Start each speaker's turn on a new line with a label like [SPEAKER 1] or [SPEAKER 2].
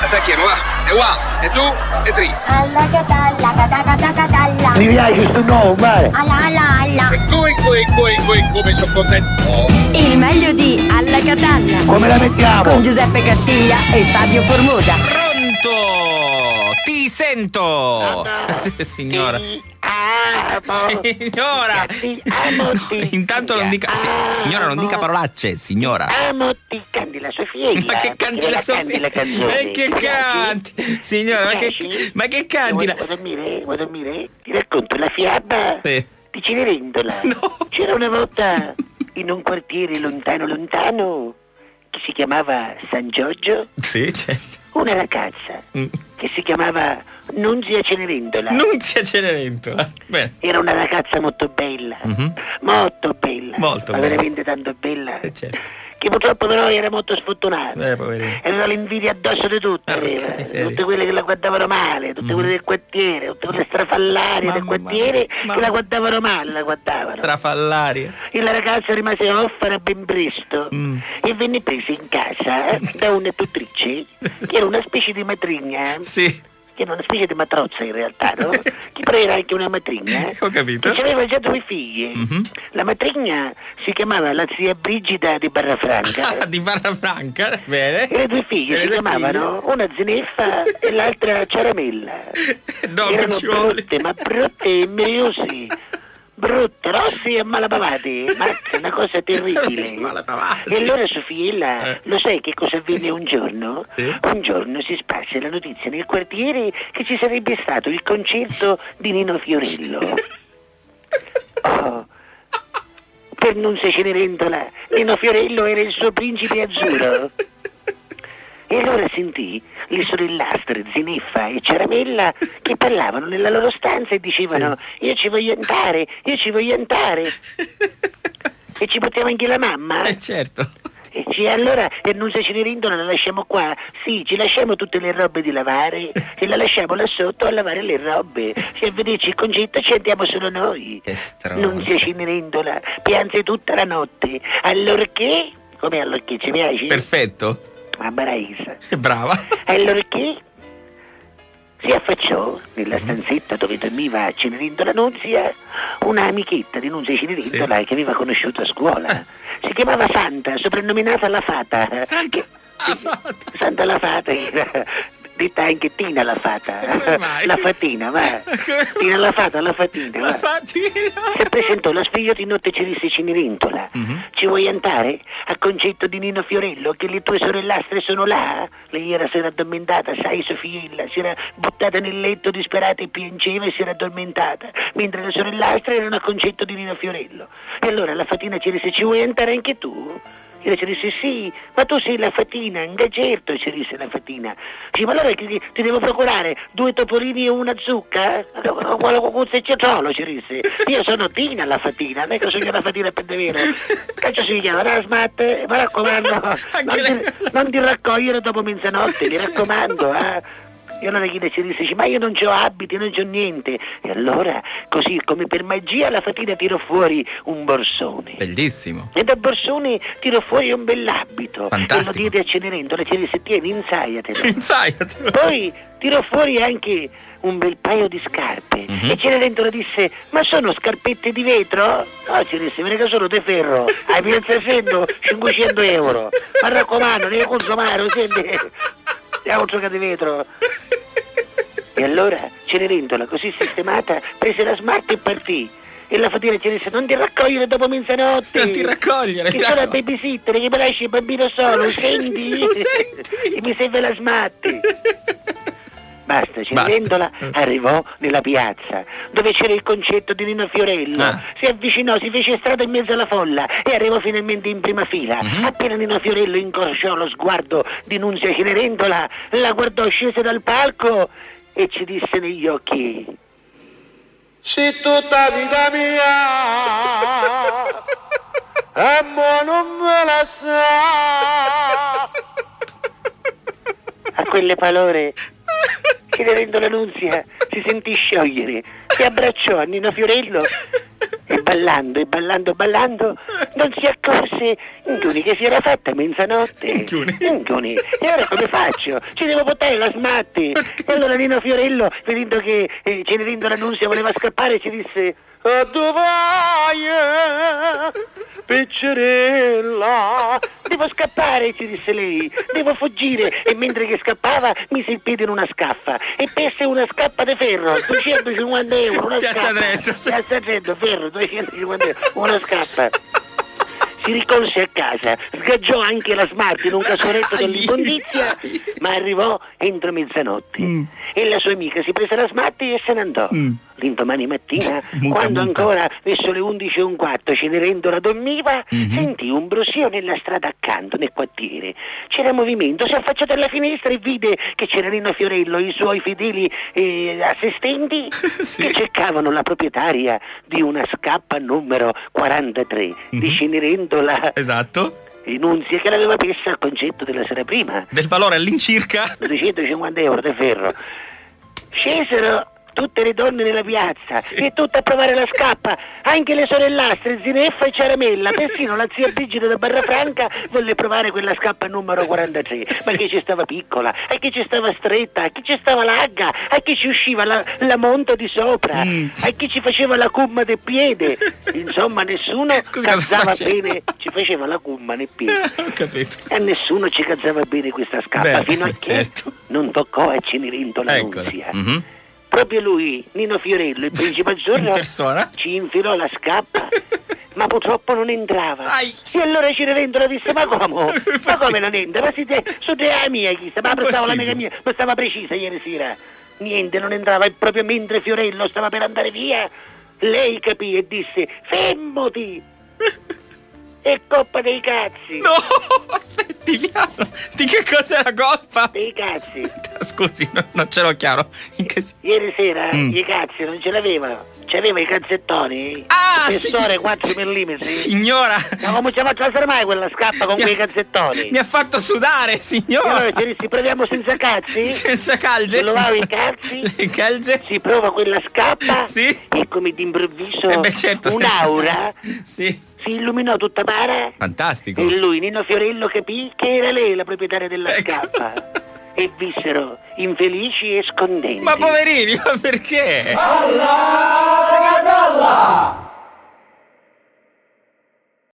[SPEAKER 1] attacchiamo, va. E qua, e tu, e tri.
[SPEAKER 2] Alla catalla, catalla, catalla.
[SPEAKER 3] Mi piace sto nuovo, vai.
[SPEAKER 2] Alla, alla, alla.
[SPEAKER 1] E coi, coi, coi, coi, come sono contento.
[SPEAKER 4] Il meglio di Alla Catalla
[SPEAKER 3] Come la mettiamo?
[SPEAKER 4] con Giuseppe Castiglia e Fabio Formosa.
[SPEAKER 5] Pronto? Ti sento! Sì, Signora.
[SPEAKER 6] Eh,
[SPEAKER 5] Signora! No, intanto non dica. sì, signora, non dica parolacce, signora.
[SPEAKER 6] Amo ti canti la sua figlia. eh?
[SPEAKER 5] Ma che canti la sua
[SPEAKER 6] canti la
[SPEAKER 5] figlia?
[SPEAKER 6] canzone.
[SPEAKER 5] E che
[SPEAKER 6] Canti?
[SPEAKER 5] canti? Signora, ma che,
[SPEAKER 6] Piaci?
[SPEAKER 5] ma che canti la.
[SPEAKER 6] Vuoi, vuoi dormire? Vuoi dormire? Ti racconto la fiaba
[SPEAKER 5] Sì.
[SPEAKER 6] di Cenerentola.
[SPEAKER 5] No.
[SPEAKER 6] C'era una volta in un quartiere lontano lontano che si chiamava San Giorgio
[SPEAKER 5] Sì, certo.
[SPEAKER 6] una ragazza
[SPEAKER 5] Mm.
[SPEAKER 6] che si chiamava Nunzia Cenerentola.
[SPEAKER 5] Nunzia Cenerentola. Bene.
[SPEAKER 6] Era una ragazza molto bella,
[SPEAKER 5] Mhm.
[SPEAKER 6] molto bella,
[SPEAKER 5] Molto
[SPEAKER 6] ma
[SPEAKER 5] bella.
[SPEAKER 6] veramente tanto bella,
[SPEAKER 5] Eh, certo.
[SPEAKER 6] che purtroppo però era molto sfortunata.
[SPEAKER 5] Eh, poverino.
[SPEAKER 6] E aveva l'invidia addosso di tutti,
[SPEAKER 5] Porca
[SPEAKER 6] aveva.
[SPEAKER 5] miseria.
[SPEAKER 6] tutte quelle che la guardavano male, tutte
[SPEAKER 5] Mhm.
[SPEAKER 6] quelle del quartiere, tutte quelle strafallari
[SPEAKER 5] Mamma
[SPEAKER 6] del quartiere
[SPEAKER 5] mia,
[SPEAKER 6] che
[SPEAKER 5] mamma.
[SPEAKER 6] la guardavano male, la guardavano.
[SPEAKER 5] Trafallaria.
[SPEAKER 6] E la ragazza rimase orfana ben presto
[SPEAKER 5] Mm.
[SPEAKER 6] e venne presa in casa eh, da una tutrice che era una specie di matrigna eh.
[SPEAKER 5] Sì,
[SPEAKER 6] che era una specie di matrozza in realtà, no?
[SPEAKER 5] Sì.
[SPEAKER 6] che però era anche una matrigna, eh.
[SPEAKER 5] Ho capito.
[SPEAKER 6] che aveva già due figlie.
[SPEAKER 5] Mhm.
[SPEAKER 6] La matrigna si chiamava la zia Brigida di Barrafranca.
[SPEAKER 5] Ah, di Barra Franca. Bene.
[SPEAKER 6] E le due figlie
[SPEAKER 5] E le
[SPEAKER 6] si
[SPEAKER 5] due
[SPEAKER 6] chiamavano una Zineffa e l'altra Ciaramella.
[SPEAKER 5] figlie. No,
[SPEAKER 6] Erano
[SPEAKER 5] non ci vuole.
[SPEAKER 6] brutte, ma brutte e meriose. Brutte, rossi e malapavate. Ma è una cosa terribile.
[SPEAKER 5] Malapavate.
[SPEAKER 6] E allora Sofiella,
[SPEAKER 5] Eh.
[SPEAKER 6] lo sai che cosa avvenne un giorno?
[SPEAKER 5] Sì.
[SPEAKER 6] Un giorno si sparse la notizia nel quartiere che ci sarebbe stato il concerto di Nino Fiorello. Oh. Per non se Cenerentola, Nino Fiorello era il suo principe azzurro. E allora sentì le sorellastre Zineffa e Ceramella che parlavano nella loro stanza e dicevano io ci voglio entrare, io ci voglio entrare. E ci portiamo anche la mamma?
[SPEAKER 5] Eh, certo.
[SPEAKER 6] E ci- allora per non se Cenerentola la lasciamo qua? Sì, ci lasciamo tutte le robe di lavare e la lasciamo là sotto a lavare le robe. Se a vederci il concetto ci andiamo solo noi.
[SPEAKER 5] Che stronzo.
[SPEAKER 6] Non si Cenerentola, piange tutta la notte. Allorché? Come allorché ci piace?
[SPEAKER 5] Perfetto.
[SPEAKER 6] Mamma Raisa.
[SPEAKER 5] Brava.
[SPEAKER 6] Eh, Allorché si affacciò nella
[SPEAKER 5] Mhm.
[SPEAKER 6] stanzetta dove dormiva Cenerentola Nunzia una amichetta di Nunzia Cenerentola che aveva conosciuto a scuola.
[SPEAKER 5] Eh.
[SPEAKER 6] Si chiamava Santa, soprannominata la Fata.
[SPEAKER 5] Santa. Ah, fatta.
[SPEAKER 6] Santa la Fata era detta anche Tina la
[SPEAKER 5] Come
[SPEAKER 6] Fata.
[SPEAKER 5] mai?
[SPEAKER 6] La Fatina, va.
[SPEAKER 5] Come-
[SPEAKER 6] Tina la Fata, la Fatina,
[SPEAKER 5] La
[SPEAKER 6] va. Si
[SPEAKER 5] fatina.
[SPEAKER 6] presentò la sveglia di notte ci disse Cenerentola.
[SPEAKER 5] Mhm.
[SPEAKER 6] Ci vuoi andare? A concetto di Nino Fiorello che le tue sorellastre sono là. Lei era si era addormentata, sai Sofiella, si era buttata nel letto disperata e piangeva e si era addormentata, mentre le sorellastre erano a concetto di Nino Fiorello. E allora la fatina ci disse ci vuoi andare anche tu? E lei ci disse sì, ma tu sei la fatina, un certo, ci disse la fatina. Dice, ma allora ti, ti devo procurare due topolini e una zucca? Quello con cuzzo e cetrolo, ci disse. Io sono Tina la fatina, non è che sono io la fatina per davvero. Caccio si chiama Rasmat, mi raccomando, non
[SPEAKER 5] Anche lei- Certo.
[SPEAKER 6] ti, non ti raccogliere dopo mezzanotte, mi raccomando. Eh. E allora chi ci disse, dice, ma io non c'ho abiti, non c'ho niente. E allora, così come per magia, la fatina tirò fuori un borsone.
[SPEAKER 5] Bellissimo.
[SPEAKER 6] E da Borsoni tirò fuori un bell'abito.
[SPEAKER 5] Fantastico.
[SPEAKER 6] E lo diede a Cenerentola, ci disse, tieni, insaiatelo.
[SPEAKER 5] Inzaiatelo.
[SPEAKER 6] Poi tirò fuori anche un bel paio di scarpe.
[SPEAKER 5] Mhm.
[SPEAKER 6] E Cenerentola disse, ma sono scarpette di vetro? No, ci disse, me ne che sono di ferro. Hai piazza essendo 500 euro. Ma raccomando, ne consumare, senti? Ne ho di vetro. E allora Cenerentola, così sistemata, prese la smart e partì. E la fatina ci disse, non ti raccogliere dopo mezzanotte.
[SPEAKER 5] Non ti raccogliere, mi
[SPEAKER 6] Che sono la
[SPEAKER 5] raccomando.
[SPEAKER 6] babysitter, che mi lasci il bambino solo, senti?
[SPEAKER 5] Lo senti?
[SPEAKER 6] e mi serve la smart. Basta, Cenerentola
[SPEAKER 5] Basta.
[SPEAKER 6] arrivò nella piazza dove c'era il concetto di Nino Fiorello.
[SPEAKER 5] Ah.
[SPEAKER 6] Si avvicinò, si fece strada in mezzo alla folla e arrivò finalmente in prima fila. Appena Nino Fiorello incrociò lo sguardo di Nunzia Cenerentola, la guardò, scese dal palco e ci disse negli occhi:
[SPEAKER 7] Se tutta vita mia e mo non me la sa
[SPEAKER 6] A quelle parole, Cenerentola Nunzia si sentì sciogliere, si abbracciò a Nino Fiorello E ballando, e ballando, ballando, non si accorse Inguni che si era fatta mezzanotte.
[SPEAKER 5] Inguni.
[SPEAKER 6] Inguni. E ora come faccio? Ci devo portare la smatte. E allora Nino Fiorello, vedendo che eh, Cenerendola Nunzia voleva scappare, ci disse...
[SPEAKER 7] A Dov'è, eh, piccerella?
[SPEAKER 6] Devo scappare, ci disse lei, devo fuggire e mentre che scappava mise il piede in una scaffa e perse una scappa di ferro, 250 euro, una
[SPEAKER 5] Piazza
[SPEAKER 6] scappa.
[SPEAKER 5] Trento, sì.
[SPEAKER 6] Piazza Trento, ferro, 250 euro, una scappa. Si ricolse a casa, sgaggiò anche la smart in un casoretto
[SPEAKER 5] Ai. Mm.
[SPEAKER 6] dell'immondizia, ma arrivò entro mezzanotte. E la sua amica si prese la smart e se ne andò. L'indomani mattina,
[SPEAKER 5] Muta,
[SPEAKER 6] quando
[SPEAKER 5] muta.
[SPEAKER 6] ancora Ora, verso le 11 e un quarto, Cenerendola dormiva, sentì un brusio nella strada accanto, nel quartiere. C'era movimento, si affacciò alla finestra e vide che c'era Nino Fiorello e i suoi fedeli eh, assistenti
[SPEAKER 5] Sì.
[SPEAKER 6] che cercavano la proprietaria di una scappa numero 43 di Cenerendola
[SPEAKER 5] Esatto.
[SPEAKER 6] e Nunzia che l'aveva persa al concetto della sera prima.
[SPEAKER 5] Del valore all'incirca.
[SPEAKER 6] 250 euro di ferro. Scesero tutte le donne nella piazza
[SPEAKER 5] Sì.
[SPEAKER 6] e tutte a provare la scappa, anche le sorellastre Zineffa e Ciaramella, persino la zia Brigida da Barrafranca volle provare quella scappa numero 43, ma che ci stava piccola, a che ci stava stretta, a che ci stava larga, a che ci usciva la, la monta di sopra,
[SPEAKER 5] Mm.
[SPEAKER 6] a che ci faceva la gomma del piede, insomma nessuno
[SPEAKER 5] Scusi, cosa
[SPEAKER 6] calzava
[SPEAKER 5] faceva?
[SPEAKER 6] bene, ci faceva la gomma nel piede.
[SPEAKER 5] Eh, Ho capito.
[SPEAKER 6] E a nessuno ci cazzava bene questa scappa
[SPEAKER 5] Beh,
[SPEAKER 6] fino a che
[SPEAKER 5] certo.
[SPEAKER 6] non toccò a Cenerentola
[SPEAKER 5] Eccola.
[SPEAKER 6] Nunzia.
[SPEAKER 5] Mhm.
[SPEAKER 6] Proprio lui, Nino Fiorello, il principe azzurro,
[SPEAKER 5] In persona.
[SPEAKER 6] ci infilò la scappa. Ma purtroppo non entrava.
[SPEAKER 5] Ai.
[SPEAKER 6] E allora Cenerentola disse: Ma come? Ma
[SPEAKER 5] Impossibile.
[SPEAKER 6] come non entra? Ma si te, su te la mia chissà, ma pensavo la mia,
[SPEAKER 5] Impossibile.
[SPEAKER 6] ma stava precisa ieri sera. Niente, non entrava, e proprio mentre Fiorello stava per andare via, lei capì e disse: Femmoti! E coppa dei cazzi!
[SPEAKER 5] No, aspetti, piano. Di che cos'è la colpa?
[SPEAKER 6] Dei cazzi!
[SPEAKER 5] Scusi, no- non ce l'ho chiaro. In che s-
[SPEAKER 6] Ieri sera
[SPEAKER 5] Mm.
[SPEAKER 6] i cazzi non ce l'avevano, c'aveva i cazzettoni,
[SPEAKER 5] Ah,
[SPEAKER 6] spessore
[SPEAKER 5] sì.
[SPEAKER 6] 4 mm.
[SPEAKER 5] Signora!
[SPEAKER 6] Ma come ci ha fatto alzare mai quella scappa con
[SPEAKER 5] mi ha-
[SPEAKER 6] quei cazzettoni?
[SPEAKER 5] Mi ha fatto sudare,
[SPEAKER 6] E
[SPEAKER 5] signora!
[SPEAKER 6] allora ci dissi, proviamo senza cazzi?
[SPEAKER 5] Senza calze!
[SPEAKER 6] Se lo lavi i
[SPEAKER 5] signora.
[SPEAKER 6] cazzi?
[SPEAKER 5] Le calze?
[SPEAKER 6] Si prova quella scappa
[SPEAKER 5] Sì.
[SPEAKER 6] e come d'improvviso
[SPEAKER 5] Eh beh, certo, senza
[SPEAKER 6] un'aura
[SPEAKER 5] calze. Sì. Ecco.
[SPEAKER 6] si illuminò tutta para
[SPEAKER 5] Fantastico.
[SPEAKER 6] e lui, Nino Fiorello, capì che era lei la proprietaria della
[SPEAKER 5] Ecco.
[SPEAKER 6] scappa. E vissero infelici e scondenti.
[SPEAKER 5] Ma poverini, ma perché?